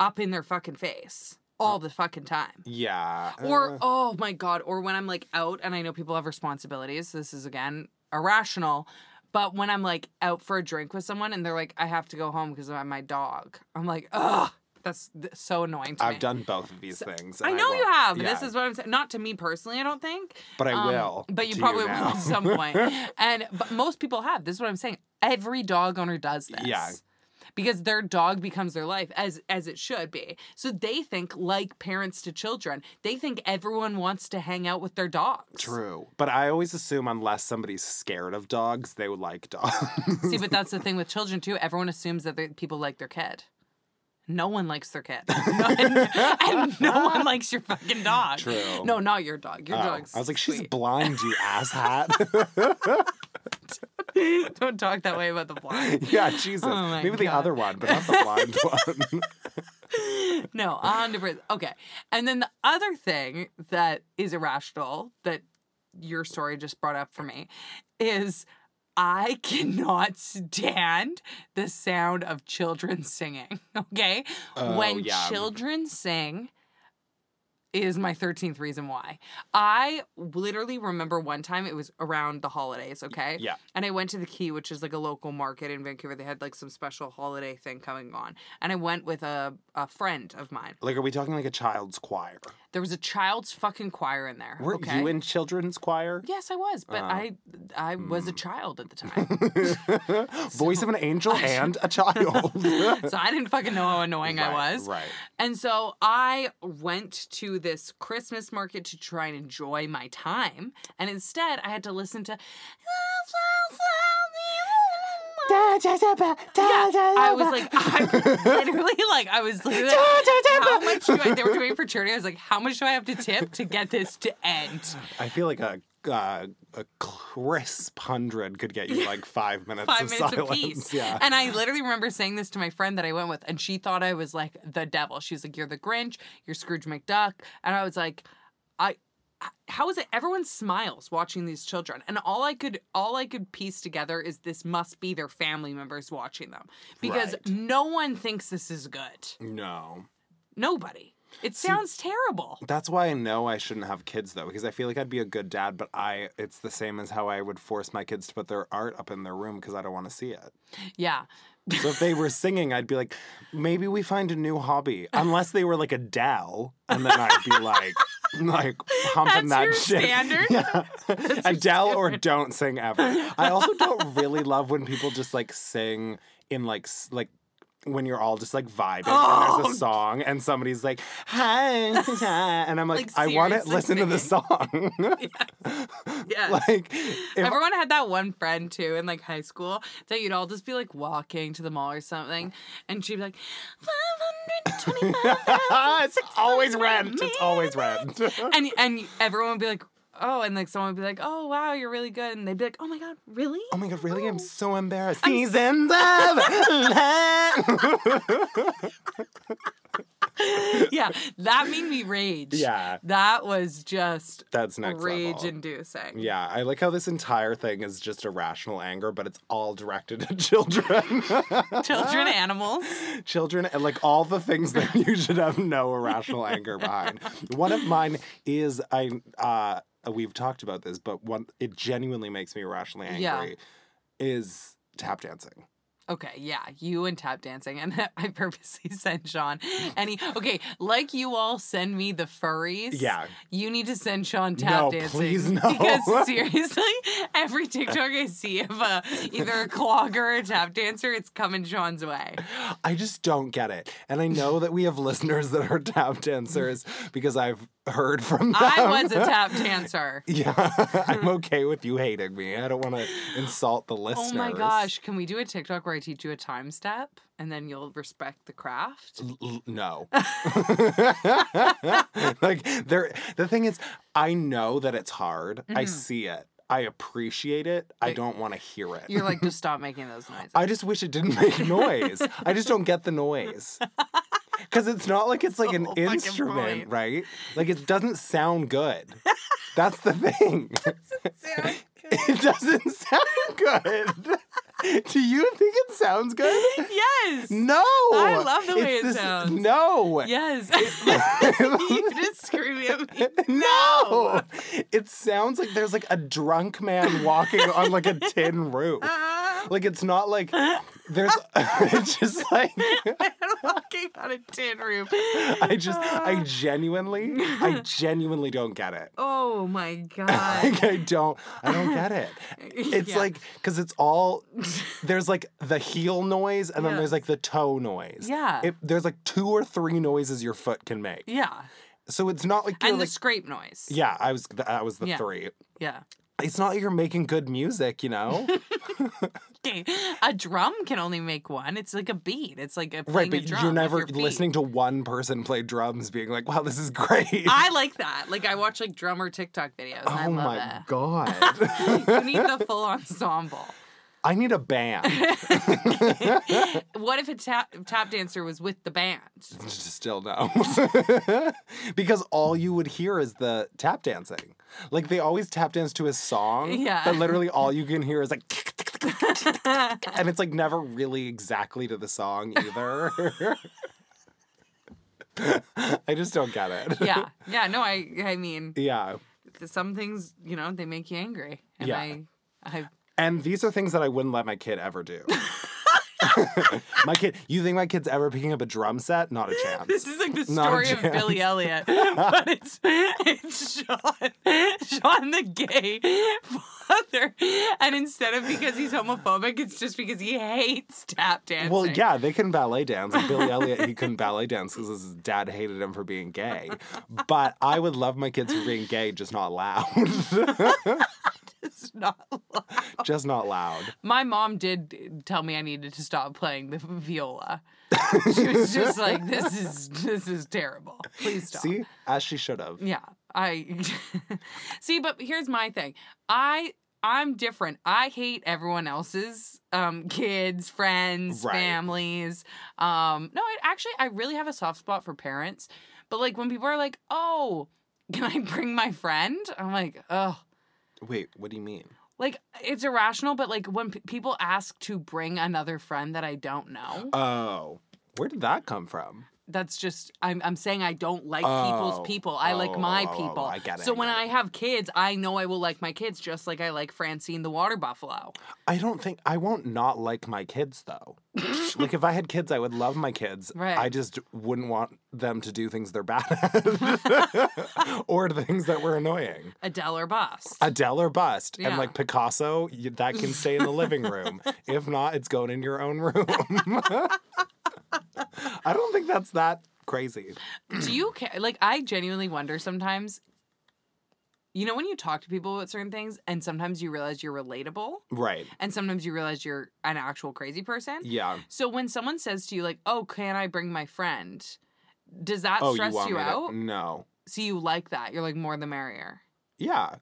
Speaker 2: up in their fucking face all the fucking time.
Speaker 1: yeah.
Speaker 2: Or,
Speaker 1: uh,
Speaker 2: oh my God, or when I'm like out and I know people have responsibilities. This is again irrational. But when I'm like out for a drink with someone and they're like, I have to go home because I'm my dog, I'm like, ugh, that's th- so annoying to me.
Speaker 1: I've done both of these things. and
Speaker 2: I know you
Speaker 1: won't-
Speaker 2: have. This
Speaker 1: yeah,
Speaker 2: is what I'm saying. Not to me personally, I don't think.
Speaker 1: But I
Speaker 2: Um,
Speaker 1: will.
Speaker 2: But you
Speaker 1: to
Speaker 2: probably will
Speaker 1: now.
Speaker 2: at some point. And but most people have. This is what I'm saying. Every dog owner does this.
Speaker 1: Yeah.
Speaker 2: Because their dog becomes their life as as it should be. So they think like parents to children. They think everyone wants to hang out with their dogs.
Speaker 1: True. But I always assume unless somebody's scared of dogs, they would like dogs.
Speaker 2: See, but that's the thing with children too. Everyone assumes that they- people like their kid. No one likes their kid. and, no one likes your fucking dog.
Speaker 1: True.
Speaker 2: No, not your dog. Your
Speaker 1: Oh,
Speaker 2: dog's.
Speaker 1: I was like, she's
Speaker 2: sweet.
Speaker 1: blind, you asshat.
Speaker 2: Don't talk that way about the blind.
Speaker 1: yeah, Jesus.
Speaker 2: Oh my
Speaker 1: Maybe the
Speaker 2: God.
Speaker 1: other one, but not the blind one.
Speaker 2: No, a hundred percent. Okay. And then the other thing that is irrational that your story just brought up for me is I cannot stand the sound of children singing. Okay.
Speaker 1: Oh,
Speaker 2: when
Speaker 1: yeah.
Speaker 2: children sing is my 13th reason why. I literally remember one time it was around the holidays, okay?
Speaker 1: Yeah.
Speaker 2: And I went to the Key, which is like a local market in Vancouver. They had like some special holiday thing coming on. And I went with a, a friend of mine.
Speaker 1: Like, are we talking like a child's choir?
Speaker 2: There was a child's fucking choir in there.
Speaker 1: Were
Speaker 2: okay?
Speaker 1: you in children's choir?
Speaker 2: Yes, I was, but
Speaker 1: Oh. Hmm.
Speaker 2: I I was a child at the time.
Speaker 1: Voice of an angel and a child.
Speaker 2: so I didn't fucking know how annoying I
Speaker 1: Right,
Speaker 2: was.
Speaker 1: Right.
Speaker 2: And so I went to this Christmas market to try and enjoy my time. And instead, I had to listen to. I was like, I literally, like, I was literally like, how much do I, they were doing for charity. I was like, how much do I have to tip to get this to end?
Speaker 1: I feel like a uh, a crisp hundred could get you like five minutes
Speaker 2: Five
Speaker 1: of
Speaker 2: minutes
Speaker 1: silence.
Speaker 2: apiece.
Speaker 1: Yeah.
Speaker 2: And I literally remember saying this to my friend that I went with, and she thought I was like the devil. She was like, You're the Grinch, you're Scrooge McDuck. And I was like, I how is it everyone smiles watching these children and all i could all i could piece together is this must be their family members watching them because
Speaker 1: Right.
Speaker 2: no one thinks this is good
Speaker 1: no.
Speaker 2: nobody it sounds terrible
Speaker 1: That's why I know I shouldn't have kids though, because I feel like I'd be a good dad, but I it's the same as how I would force my kids to put their art up in their room because I don't want to see it.
Speaker 2: yeah
Speaker 1: So if they were singing, I'd be like, maybe we find a new hobby. Unless they were like Adele, and then I'd be like, like pumping
Speaker 2: That's
Speaker 1: that
Speaker 2: your
Speaker 1: shit.
Speaker 2: standard?
Speaker 1: Yeah. Adele or don't sing ever. I also don't really love when people just like sing in like s- like. When you're all just like vibing, and
Speaker 2: Oh.
Speaker 1: there's a song, and somebody's like, "Hi," and I'm like,
Speaker 2: Like,
Speaker 1: "I want to
Speaker 2: seriously
Speaker 1: listen to the song."
Speaker 2: yes.
Speaker 1: like, if
Speaker 2: Everyone had that one friend too in like high school that you'd all just be like walking to the mall or something, and she'd be like, 525,000
Speaker 1: it's always rent.
Speaker 2: minutes."
Speaker 1: It's always rent.
Speaker 2: and and everyone would be like, oh, and like someone would be like, oh wow, you're really good, and they'd be like, oh my god, really?
Speaker 1: Oh my god, really? I'm so embarrassed. Seasons of
Speaker 2: yeah, that made me rage.
Speaker 1: Yeah.
Speaker 2: that was just
Speaker 1: That's next
Speaker 2: rage
Speaker 1: level.
Speaker 2: inducing.
Speaker 1: yeah, I like how this entire thing is just irrational anger, but it's all directed at children.
Speaker 2: Children, animals.
Speaker 1: children, and like all the things that you should have no irrational anger behind. One of mine is I uh we've talked about this, but one it genuinely makes me irrationally angry
Speaker 2: Yeah.
Speaker 1: is tap dancing.
Speaker 2: Okay, yeah, you and tap dancing, and I purposely sent Sean. And he, okay, like you all send me the furries.
Speaker 1: Yeah.
Speaker 2: You need to send Sean tap
Speaker 1: No,
Speaker 2: dancing.
Speaker 1: please, no.
Speaker 2: Because seriously, every TikTok I see of a either a clogger or a tap dancer, it's coming Sean's way.
Speaker 1: I just don't get it. And I know that we have listeners that are tap dancers because I've heard from them.
Speaker 2: I was a tap dancer.
Speaker 1: Yeah, I'm okay with you hating me. I don't want to insult the listeners.
Speaker 2: Oh my gosh, can we do a TikTok where I teach you a time step and then you'll respect the craft?
Speaker 1: L- l- no. like there the thing is I know that it's hard. I
Speaker 2: Mhm.
Speaker 1: see it. I appreciate it. I
Speaker 2: But
Speaker 1: don't want to hear it.
Speaker 2: You're like, just stop making those noises.
Speaker 1: I just wish it didn't make noise. I just don't get the noise. Cuz it's not like it's like
Speaker 2: the
Speaker 1: an
Speaker 2: whole fucking
Speaker 1: instrument,
Speaker 2: point.
Speaker 1: right? Like it doesn't sound good. That's the thing.
Speaker 2: Sound good.
Speaker 1: It doesn't sound good. Do you think it sounds good?
Speaker 2: yes.
Speaker 1: No.
Speaker 2: I love the way
Speaker 1: It's
Speaker 2: it sounds.
Speaker 1: No.
Speaker 2: Yes. you just scream at me.
Speaker 1: no. It sounds like there's like a drunk man walking on like a tin roof.
Speaker 2: Ah,
Speaker 1: Like it's not like there's it's just like
Speaker 2: I'm walking on a tin roof.
Speaker 1: I just I genuinely I genuinely don't get it.
Speaker 2: Oh my
Speaker 1: Like
Speaker 2: god.
Speaker 1: I don't I don't get it. It's
Speaker 2: Yeah.
Speaker 1: like cuz it's all there's like the heel noise and then
Speaker 2: Yeah.
Speaker 1: there's like the toe noise.
Speaker 2: Yeah.
Speaker 1: It, there's like two or three noises your foot can make.
Speaker 2: yeah.
Speaker 1: So it's not like you're
Speaker 2: And the
Speaker 1: like
Speaker 2: scrape noise.
Speaker 1: yeah, I was that was the
Speaker 2: Yeah.
Speaker 1: three.
Speaker 2: Yeah.
Speaker 1: It's not like you're making good music, you know?
Speaker 2: Okay. A drum can only make one. It's like a beat. It's like a
Speaker 1: right,
Speaker 2: playing a
Speaker 1: but
Speaker 2: drum
Speaker 1: you're
Speaker 2: with
Speaker 1: never
Speaker 2: your feet.
Speaker 1: listening to one person play drums being like, wow, this is great.
Speaker 2: I like that. Like I watch like drummer TikTok videos.
Speaker 1: oh
Speaker 2: And I love
Speaker 1: my
Speaker 2: that.
Speaker 1: God.
Speaker 2: You need the full ensemble.
Speaker 1: I need a band.
Speaker 2: what if a tap, tap dancer was with the band?
Speaker 1: Still no. because all you would hear is the tap dancing. Like they always tap dance to a song,
Speaker 2: Yeah.
Speaker 1: but literally all you can hear is like, and it's like never really exactly to the song either. I just don't get it.
Speaker 2: yeah. Yeah. No, I I mean
Speaker 1: Yeah.
Speaker 2: th- some things, you know, they make you angry. And
Speaker 1: Yeah.
Speaker 2: I I
Speaker 1: And these are things that I wouldn't let my kid ever do. my kid, you think my kid's ever picking up a drum set? Not a
Speaker 2: This
Speaker 1: chance.
Speaker 2: is like the
Speaker 1: Not a
Speaker 2: story of Billy Elliot, but it's it's Sean, Sean the gay father, and instead of because he's homophobic, it's just because he hates tap dancing.
Speaker 1: Well, yeah, they can ballet dance. And Billy Elliot, he couldn't ballet dance because his dad hated him for being gay. But I would love my kids for being gay, just not
Speaker 2: Oh.
Speaker 1: loud.
Speaker 2: It's not. allowed.
Speaker 1: just not loud.
Speaker 2: My mom did tell me I needed to stop playing the viola. She was just like, "This is this is terrible. Please stop."
Speaker 1: See, as she should have.
Speaker 2: Yeah, I see, but here's my thing. I I'm different. I hate everyone else's um, kids, friends,
Speaker 1: Right.
Speaker 2: families. Um, no, I, actually, I really have a soft spot for parents. But like when people are like, "Oh, can I bring my friend?" I'm like, "Oh."
Speaker 1: Wait, what do you mean?
Speaker 2: Like it's irrational, but like when p- people ask to bring another friend that I don't know,
Speaker 1: Oh, where did that come from?
Speaker 2: that's just I'm I'm saying I don't like
Speaker 1: Oh.
Speaker 2: people's people. I like
Speaker 1: Oh,
Speaker 2: my
Speaker 1: oh, oh, oh,
Speaker 2: people.
Speaker 1: I get it,
Speaker 2: So
Speaker 1: I
Speaker 2: when
Speaker 1: get
Speaker 2: I have kids, I know I will like my kids just like I like Francine the water buffalo.
Speaker 1: I don't think I won't not like my kids though. like if I had kids, I would love my kids.
Speaker 2: Right.
Speaker 1: I just wouldn't want them to do things they're bad at or things that were annoying.
Speaker 2: Adele or bust.
Speaker 1: Adele or bust, and
Speaker 2: Yeah.
Speaker 1: like Picasso, you, that can stay in the living room. if not, it's going in your own room. I don't think that's that crazy.
Speaker 2: Do you care? Like I genuinely wonder sometimes. You know when you talk to people about certain things, and sometimes you realize you're relatable,
Speaker 1: Right.
Speaker 2: and sometimes you realize you're an actual crazy person.
Speaker 1: Yeah.
Speaker 2: So when someone says to you like, "Oh, can I bring my friend?" Does that
Speaker 1: oh,
Speaker 2: stress
Speaker 1: you want
Speaker 2: you
Speaker 1: me to-
Speaker 2: out?
Speaker 1: No.
Speaker 2: So you like that? You're like more the merrier.
Speaker 1: Yeah.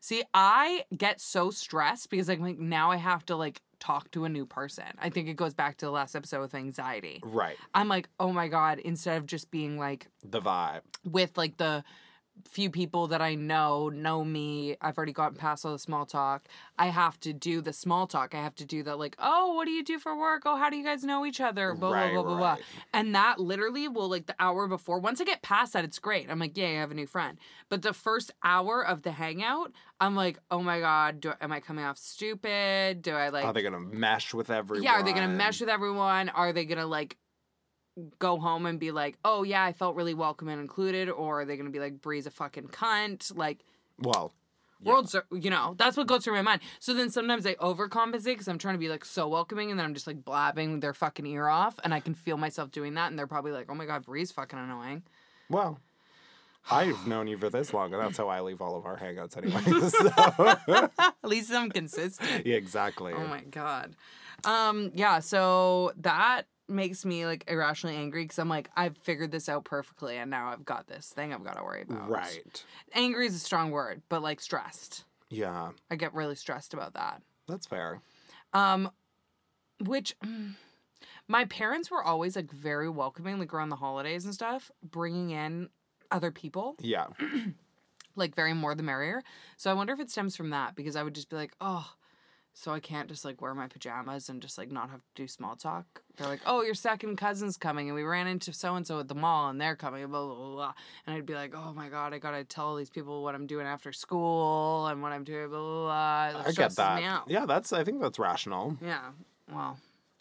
Speaker 2: See, I get so stressed because like, like now I have to like talk to a new person. I think it goes back to the last episode with anxiety.
Speaker 1: Right.
Speaker 2: I'm like, oh my god, instead of just being like
Speaker 1: The vibe.
Speaker 2: with like the few people that I know know me. I've already gotten past all the small talk. I have to do the small talk. I have to do that, like, oh, what do you do for work? Oh, how do you guys know each other? Blah,
Speaker 1: Right,
Speaker 2: blah, blah, blah, blah.
Speaker 1: right.
Speaker 2: And that literally will, like, the hour before, once I get past that, it's great. I'm like, yeah, I have a new friend. But the first hour of the hangout, I'm like, oh my God, do, am I coming off stupid? Do I, like,
Speaker 1: Are they gonna mesh with everyone?
Speaker 2: yeah, are they gonna mesh with everyone? Are they gonna like go home and be like, oh yeah, I felt really welcome and included? Or are they gonna be like, Bree's a fucking cunt? Like,
Speaker 1: Well, Yeah.
Speaker 2: worlds are, you know, that's what goes through my mind. So then sometimes I overcompensate because I'm trying to be like so welcoming and then I'm just like blabbing their fucking ear off and I can feel myself doing that and they're probably like, oh my god, Bree's fucking annoying.
Speaker 1: well. I've known you for this long, and that's how I leave all of our hangouts anyway. so-
Speaker 2: At least I'm consistent.
Speaker 1: yeah, exactly.
Speaker 2: Oh my god. Um yeah, so that makes me like irrationally angry cuz I'm like I've figured this out perfectly and now I've got this thing I've got to worry about.
Speaker 1: Right.
Speaker 2: Angry is a strong word, but like stressed.
Speaker 1: Yeah,
Speaker 2: I get really stressed about that.
Speaker 1: that's fair.
Speaker 2: Um which mm, my parents were always like very welcoming like around the holidays and stuff, bringing in other people,
Speaker 1: Yeah.
Speaker 2: like very more the merrier. So I wonder if it stems from that because I would just be like, "Oh, so I can't just like wear my pajamas and just like not have to do small talk. They're like, oh, your second cousin's coming, and we ran into so and so at the mall, and they're coming, blah, blah blah blah. And I'd be like, oh my god, I gotta tell all these people what I'm doing after school and what I'm doing, blah blah. blah. It
Speaker 1: I get
Speaker 2: stresses
Speaker 1: that.
Speaker 2: Me out.
Speaker 1: Yeah, that's. I think that's rational.
Speaker 2: Yeah. Well,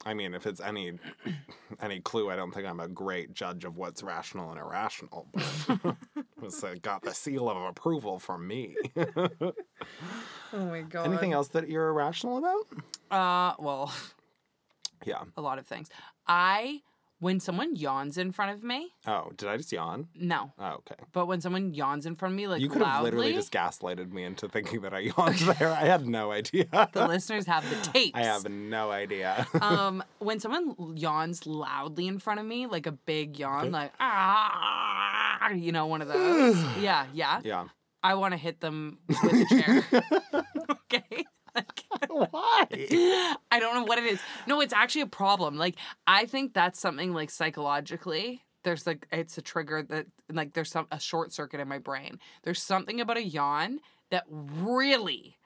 Speaker 1: I mean, if it's any any clue, I don't think I'm a great judge of what's rational and irrational. But it's uh, got the seal of approval from me.
Speaker 2: oh my god.
Speaker 1: Anything else that you're irrational about?
Speaker 2: Uh, well,
Speaker 1: Yeah.
Speaker 2: a lot of things. I when someone yawns in front of me,
Speaker 1: Oh, did I just yawn?
Speaker 2: no.
Speaker 1: Oh, okay.
Speaker 2: But when someone yawns in front of me, like
Speaker 1: You could have
Speaker 2: loudly,
Speaker 1: literally just gaslighted me into thinking that I yawned there. I had no idea.
Speaker 2: the listeners have the tapes.
Speaker 1: I have no idea.
Speaker 2: um, when someone l- yawns loudly in front of me, like a big yawn, like ah, you know, one of those. yeah, yeah.
Speaker 1: yeah.
Speaker 2: I want to hit them with a chair. okay. Like,
Speaker 1: Why?
Speaker 2: I don't know what it is. No, it's actually a problem. Like I think that's something like psychologically. There's like it's a trigger that like there's some a short circuit in my brain. There's something about a yawn that really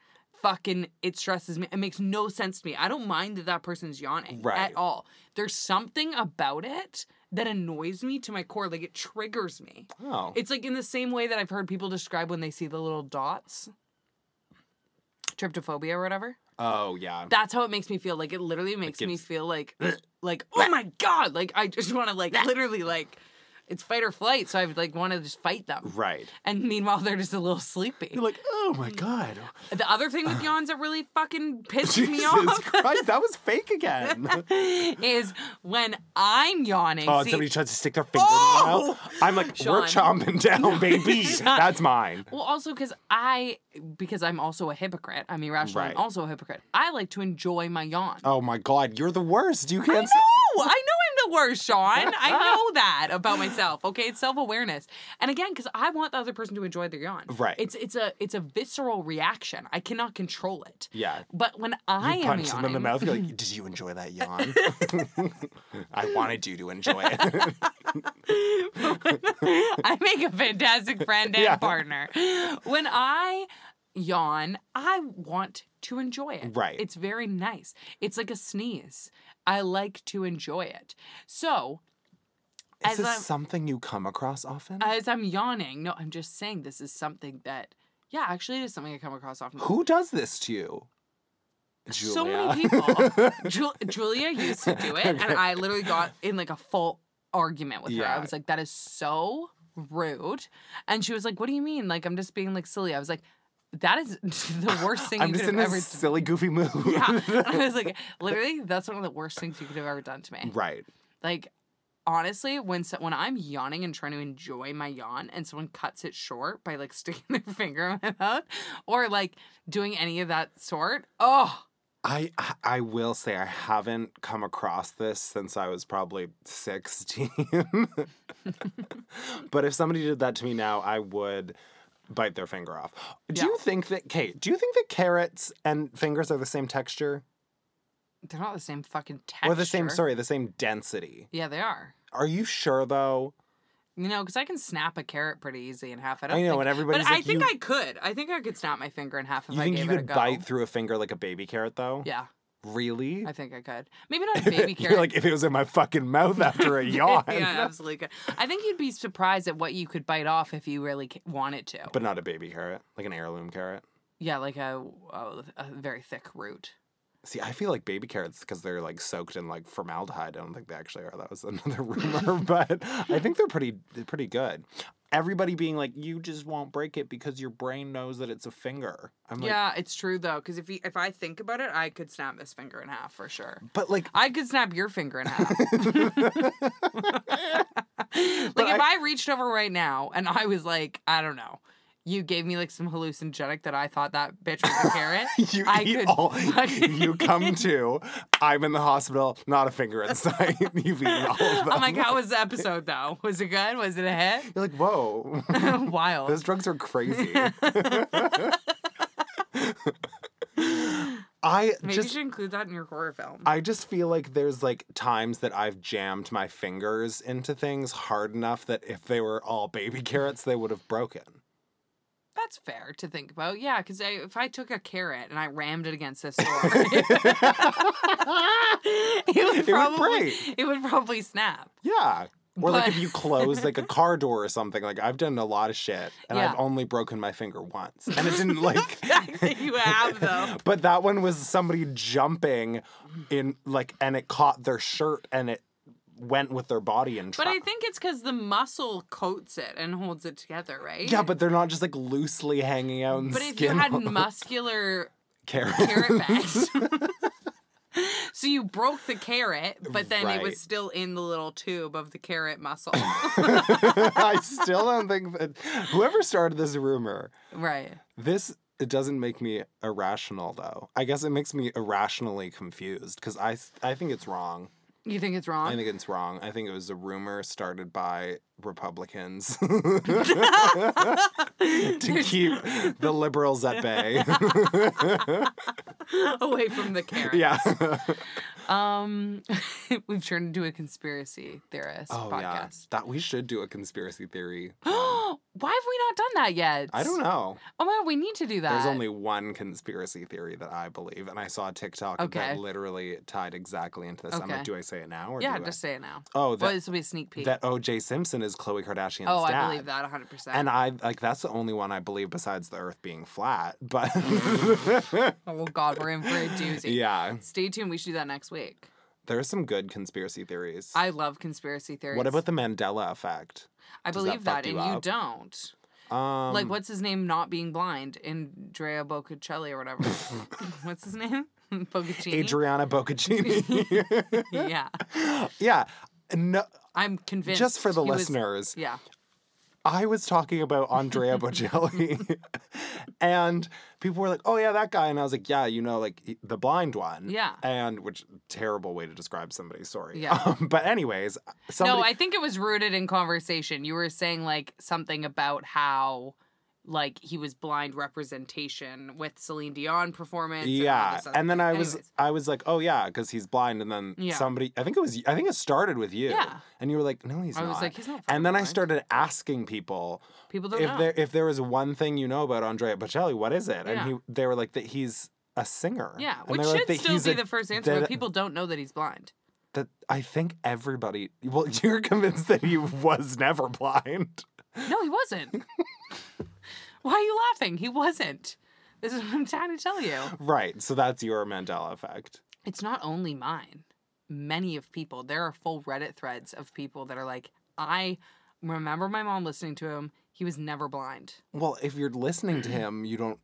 Speaker 2: fucking it stresses me. It makes no sense to me. I don't mind that that person's yawning
Speaker 1: Right.
Speaker 2: at all. There's something about it that annoys me to my core. Like it triggers me.
Speaker 1: Oh.
Speaker 2: It's like in the same way that I've heard people describe when they see the little dots. Tryptophobia or whatever.
Speaker 1: Oh, yeah.
Speaker 2: That's how it makes me feel. Like it literally makes me
Speaker 1: gives-
Speaker 2: feel like like oh my god, like I just want to like literally like it's fight or flight, so I would like want to just fight them.
Speaker 1: Right.
Speaker 2: And meanwhile, they're just a little sleepy.
Speaker 1: You're like, oh my God.
Speaker 2: The other thing with yawns that really fucking pisses me
Speaker 1: Jesus
Speaker 2: off
Speaker 1: Christ, that was fake again.
Speaker 2: is when I'm yawning.
Speaker 1: Oh, and
Speaker 2: see-
Speaker 1: somebody tries to stick their finger in
Speaker 2: Oh!
Speaker 1: my mouth. I'm like, we're
Speaker 2: Sean.
Speaker 1: chomping down, baby. That's mine.
Speaker 2: Well, also because I, because I'm also a hypocrite. I'm irrational.
Speaker 1: Right.
Speaker 2: I'm also a hypocrite. I like to enjoy my yawn.
Speaker 1: Oh my God, you're the worst. You
Speaker 2: I
Speaker 1: can't.
Speaker 2: know. I know I'm the worst, Sean. I know that about myself. Okay, it's self awareness, and again, because I want the other person to enjoy their yawn.
Speaker 1: Right.
Speaker 2: It's it's a it's a visceral reaction. I cannot control it.
Speaker 1: Yeah.
Speaker 2: But when I
Speaker 1: You
Speaker 2: am
Speaker 1: punch
Speaker 2: yawning,
Speaker 1: them in the mouth. You're like, did you enjoy that yawn? I wanted you to enjoy it.
Speaker 2: I make a fantastic friend and
Speaker 1: Yeah.
Speaker 2: partner. When I yawn, I want to enjoy it.
Speaker 1: Right.
Speaker 2: It's very nice. It's like a sneeze. I like to enjoy it. So
Speaker 1: Is
Speaker 2: As
Speaker 1: this
Speaker 2: I'm-
Speaker 1: something you come across often?
Speaker 2: as I'm yawning, no, I'm just saying this is something that, yeah, actually, it is something I come across often.
Speaker 1: Who does this to you? Julia.
Speaker 2: So many people. Ju- Julia used to do it, and I literally got in like a full argument with her.
Speaker 1: Yeah.
Speaker 2: I was like, "That is so rude," and she was like, "What do you mean? Like I'm just being like silly." I was like, "That is the worst thing
Speaker 1: I'm
Speaker 2: you
Speaker 1: just
Speaker 2: could
Speaker 1: in
Speaker 2: have
Speaker 1: a
Speaker 2: ever." done.
Speaker 1: silly, goofy mood.
Speaker 2: yeah, and I was like, literally, that's one of the worst things you could have ever done to me.
Speaker 1: Right.
Speaker 2: Like, honestly, when so- when I'm yawning and trying to enjoy my yawn, and someone cuts it short by like sticking their finger in my mouth or like doing any of that sort, oh,
Speaker 1: I I- I will say I haven't come across this since I was probably 16. but if somebody did that to me now, I would bite their finger off. Do
Speaker 2: Yeah.
Speaker 1: you think that Kate, do you think that carrots and fingers are the same texture?
Speaker 2: they're not the same fucking texture.
Speaker 1: Or the same sorry, the same density?
Speaker 2: Yeah, they are.
Speaker 1: Are you sure though?
Speaker 2: You know, because I can snap a carrot pretty easy in half. I don't.
Speaker 1: I know,
Speaker 2: think,
Speaker 1: and everybody's
Speaker 2: but
Speaker 1: like,
Speaker 2: I think
Speaker 1: you,
Speaker 2: I could. I think I could snap my finger in half if
Speaker 1: you
Speaker 2: I
Speaker 1: think
Speaker 2: gave
Speaker 1: you
Speaker 2: it a
Speaker 1: could
Speaker 2: go.
Speaker 1: bite through a finger like a baby carrot, though?
Speaker 2: Yeah,
Speaker 1: Really?
Speaker 2: I think I could. Maybe not a baby carrot.
Speaker 1: You're like, if it was in my fucking mouth after a yawn.
Speaker 2: yeah, absolutely. Could. I think you'd be surprised at what you could bite off if you really ca- wanted to.
Speaker 1: But not a baby carrot, like an heirloom carrot.
Speaker 2: yeah, like a, a a very thick root.
Speaker 1: See, I feel like baby carrots because they're like soaked in like formaldehyde. I don't think they actually are. That was another rumor, but I think they're pretty they're pretty good. Everybody being like, you just won't break it because your brain knows that it's a finger. I'm like,
Speaker 2: yeah, it's true though, because if you, if I think about it, I could snap this finger in half for sure.
Speaker 1: but like,
Speaker 2: I could snap your finger in half. like if I, reached over right now and I was like, I don't know, you gave me like some hallucinogenic that I thought that bitch was a carrot.
Speaker 1: you
Speaker 2: I
Speaker 1: eat
Speaker 2: could
Speaker 1: all.
Speaker 2: fucking-
Speaker 1: You come to. I'm in the hospital. Not a finger in sight. You've eaten all of them.
Speaker 2: I'm like, how was the episode though? Was it good? Was it a hit?
Speaker 1: You're like, whoa.
Speaker 2: Wild.
Speaker 1: Those drugs are crazy. I
Speaker 2: Maybe
Speaker 1: just
Speaker 2: you should include that in your horror film.
Speaker 1: I just feel like there's like times that I've jammed my fingers into things hard enough that if they were all baby carrots, they would have broken.
Speaker 2: That's fair to think about. Yeah, because if I took a carrot and I rammed it against this door, it
Speaker 1: It would
Speaker 2: would probably
Speaker 1: break.
Speaker 2: it would probably snap.
Speaker 1: Yeah. Or like
Speaker 2: But-
Speaker 1: if you close like a car door or something. Like I've done a lot of shit and
Speaker 2: Yeah.
Speaker 1: I've only broken my finger once. And it didn't like
Speaker 2: you have though.
Speaker 1: But that one was somebody jumping in like and it caught their shirt and it went with their body and
Speaker 2: But I think it's because the muscle coats it and holds it together, right?
Speaker 1: Yeah, but they're not just like loosely hanging out and
Speaker 2: but if you
Speaker 1: skin
Speaker 2: had
Speaker 1: all over
Speaker 2: muscular
Speaker 1: carrots.
Speaker 2: carrot bags. So you broke the carrot, but then it
Speaker 1: Right.
Speaker 2: was still in the little tube of the carrot muscle.
Speaker 1: I still don't think that whoever started this rumor,
Speaker 2: right.
Speaker 1: this it doesn't make me irrational though. I guess it makes me irrationally confused because I s- I think it's wrong.
Speaker 2: You think it's wrong?
Speaker 1: I think it's wrong. I think it was a rumor started by Republicans to keep the liberals at bay.
Speaker 2: away from the carrot.
Speaker 1: yeah.
Speaker 2: Um, we've turned into a conspiracy theorist
Speaker 1: Oh yeah.
Speaker 2: podcast.
Speaker 1: That we should do a conspiracy theory.
Speaker 2: Why have we not done that yet?
Speaker 1: I don't know.
Speaker 2: Oh my god, we need to do that.
Speaker 1: There's only one conspiracy theory that I believe, and I saw a TikTok
Speaker 2: Okay.
Speaker 1: that literally tied exactly into this. I'm
Speaker 2: Okay.
Speaker 1: like, do I say it now or
Speaker 2: yeah,
Speaker 1: do
Speaker 2: just say it now.
Speaker 1: I? Oh,
Speaker 2: well,
Speaker 1: that,
Speaker 2: this will be a sneak peek.
Speaker 1: that OJ Simpson is Khloe Kardashian's
Speaker 2: oh,
Speaker 1: dad.
Speaker 2: I believe that 100. percent
Speaker 1: And I like that's the only one I believe besides the Earth being flat. But
Speaker 2: Oh god, we're in for a doozy.
Speaker 1: yeah,
Speaker 2: Stay tuned. We should do that next week.
Speaker 1: there are some good conspiracy theories.
Speaker 2: I love conspiracy theories.
Speaker 1: what about the Mandela effect?
Speaker 2: I
Speaker 1: does that
Speaker 2: believe
Speaker 1: fuck
Speaker 2: that,
Speaker 1: you
Speaker 2: and you
Speaker 1: up?
Speaker 2: don't.
Speaker 1: Um,
Speaker 2: like, what's his name? Not being blind, and Drea Boccacelli or whatever. what's his name? Boccaccini.
Speaker 1: Adriana Boccaccini.
Speaker 2: Yeah,
Speaker 1: yeah, no,
Speaker 2: I'm convinced.
Speaker 1: just for the
Speaker 2: he was-
Speaker 1: listeners,
Speaker 2: yeah.
Speaker 1: I was talking about Andrea Bocelli, and people were like, "Oh yeah, that guy," and I was like, "Yeah, you know, like he- the blind one."
Speaker 2: Yeah.
Speaker 1: And which terrible way to describe somebody. Sorry.
Speaker 2: Yeah.
Speaker 1: Um, but anyways, somebody.
Speaker 2: No, I think it was rooted in conversation. You were saying like something about how like he was blind representation with Celine Dion performance. and all
Speaker 1: yeah,
Speaker 2: this other
Speaker 1: and then
Speaker 2: thing.
Speaker 1: I was
Speaker 2: Anyways.
Speaker 1: I was like, oh yeah, because he's blind, and then
Speaker 2: Yeah.
Speaker 1: somebody I think it was I think it started with you,
Speaker 2: Yeah.
Speaker 1: and you were like, no, he's
Speaker 2: I
Speaker 1: not.
Speaker 2: was like, he's not. fucking
Speaker 1: and then I
Speaker 2: blind.
Speaker 1: started asking people
Speaker 2: People don't
Speaker 1: if
Speaker 2: know.
Speaker 1: there if there was one thing you know about Andrea Bocelli, what is it?
Speaker 2: Yeah.
Speaker 1: And he they were like that he's a singer.
Speaker 2: Yeah,
Speaker 1: And
Speaker 2: which
Speaker 1: they were
Speaker 2: should
Speaker 1: like, that
Speaker 2: still
Speaker 1: he's
Speaker 2: be
Speaker 1: a
Speaker 2: the first answer. but
Speaker 1: that-
Speaker 2: people don't know that he's blind.
Speaker 1: that I think everybody. Well, you're convinced that he was never blind.
Speaker 2: No, he wasn't. Why are you laughing? He wasn't. This is what I'm trying to tell you.
Speaker 1: Right. So that's your Mandela effect.
Speaker 2: It's not only mine. Many of people. There are full Reddit threads of people that are like, I remember my mom listening to him. He was never blind.
Speaker 1: Well, if you're listening to
Speaker 2: Mm-hmm.
Speaker 1: him, you don't.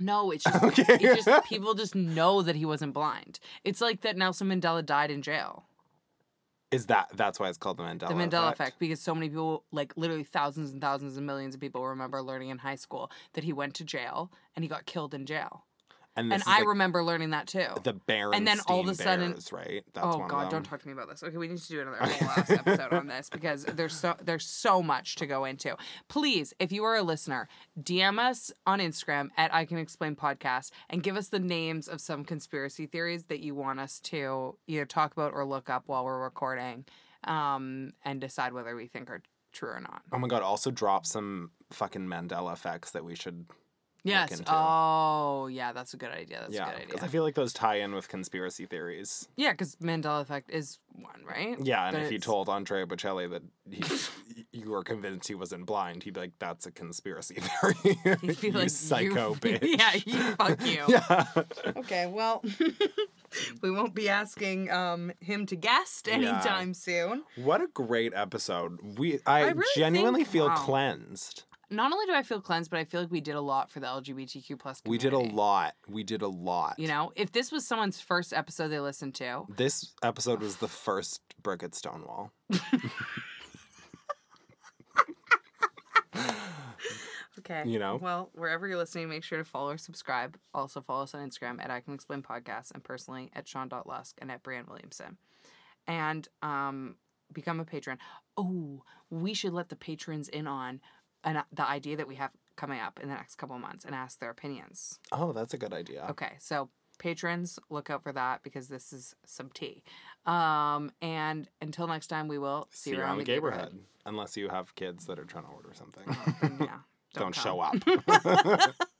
Speaker 2: No, it's just,
Speaker 1: Okay.
Speaker 2: it just people just know that he wasn't blind. It's like that Nelson Mandela died in jail.
Speaker 1: Is that that's why it's called the Mandela?
Speaker 2: The Mandela effect. because so many people, like literally thousands and thousands and millions of people, remember learning in high school that he went to jail and he got killed in jail.
Speaker 1: And,
Speaker 2: And
Speaker 1: this
Speaker 2: I
Speaker 1: is like
Speaker 2: remember learning that too.
Speaker 1: the Baron.
Speaker 2: and then all of a sudden-
Speaker 1: Bears, right. That's
Speaker 2: Oh
Speaker 1: one
Speaker 2: God!
Speaker 1: of
Speaker 2: Don't
Speaker 1: them.
Speaker 2: talk to me about this. Okay, we need to do another whole last episode on this because there's so there's so much to go into. Please, if you are a listener, DM us on Instagram at I Can Explain Podcast and give us the names of some conspiracy theories that you want us to either talk about or look up while we're recording, um, and decide whether we think are true or not.
Speaker 1: Oh my god, also drop some fucking Mandela effects that we should
Speaker 2: Yes.
Speaker 1: into.
Speaker 2: Oh, yeah, that's a good idea. That's a
Speaker 1: yeah,
Speaker 2: good
Speaker 1: because I
Speaker 2: idea.
Speaker 1: feel like those tie in with conspiracy theories.
Speaker 2: Yeah, because Mandela effect is one, right?
Speaker 1: Yeah, and
Speaker 2: That
Speaker 1: if you
Speaker 2: it's-
Speaker 1: told Andrea Bocelli that he, you were convinced he wasn't blind, he'd be like, "That's a conspiracy theory."
Speaker 2: He'd be
Speaker 1: you
Speaker 2: like,
Speaker 1: psycho
Speaker 2: you,
Speaker 1: bitch.
Speaker 2: Yeah, you fuck you.
Speaker 1: Yeah.
Speaker 2: Okay, well, we won't be asking um, him to guest anytime soon.
Speaker 1: What a great episode. We I,
Speaker 2: really
Speaker 1: genuinely
Speaker 2: think-
Speaker 1: feel
Speaker 2: wow.
Speaker 1: cleansed.
Speaker 2: Not only do I feel cleansed, but I feel like we did a lot for the LGBTQ plus.
Speaker 1: We did a lot. We did a lot.
Speaker 2: You know, if this was someone's first episode they listened to,
Speaker 1: This episode was the first brick at Stonewall.
Speaker 2: okay,
Speaker 1: You know?
Speaker 2: well, wherever you're listening, make sure to follow or subscribe. Also, follow us on Instagram at I Can Explain Podcast and personally at Sean dot Lusk and at Brian Williamson, and um, become a patron. Oh, we should let the patrons in on an, the idea that we have coming up in the next couple of months and ask their opinions.
Speaker 1: Oh, that's a good idea.
Speaker 2: Okay, so patrons, look out for that because this is some tea. Um, and until next time, we will see, you around the neighborhood. Oh,
Speaker 1: Gaberhead. Unless you have kids that are trying to order something.
Speaker 2: yeah,
Speaker 1: Don't
Speaker 2: come.
Speaker 1: show up.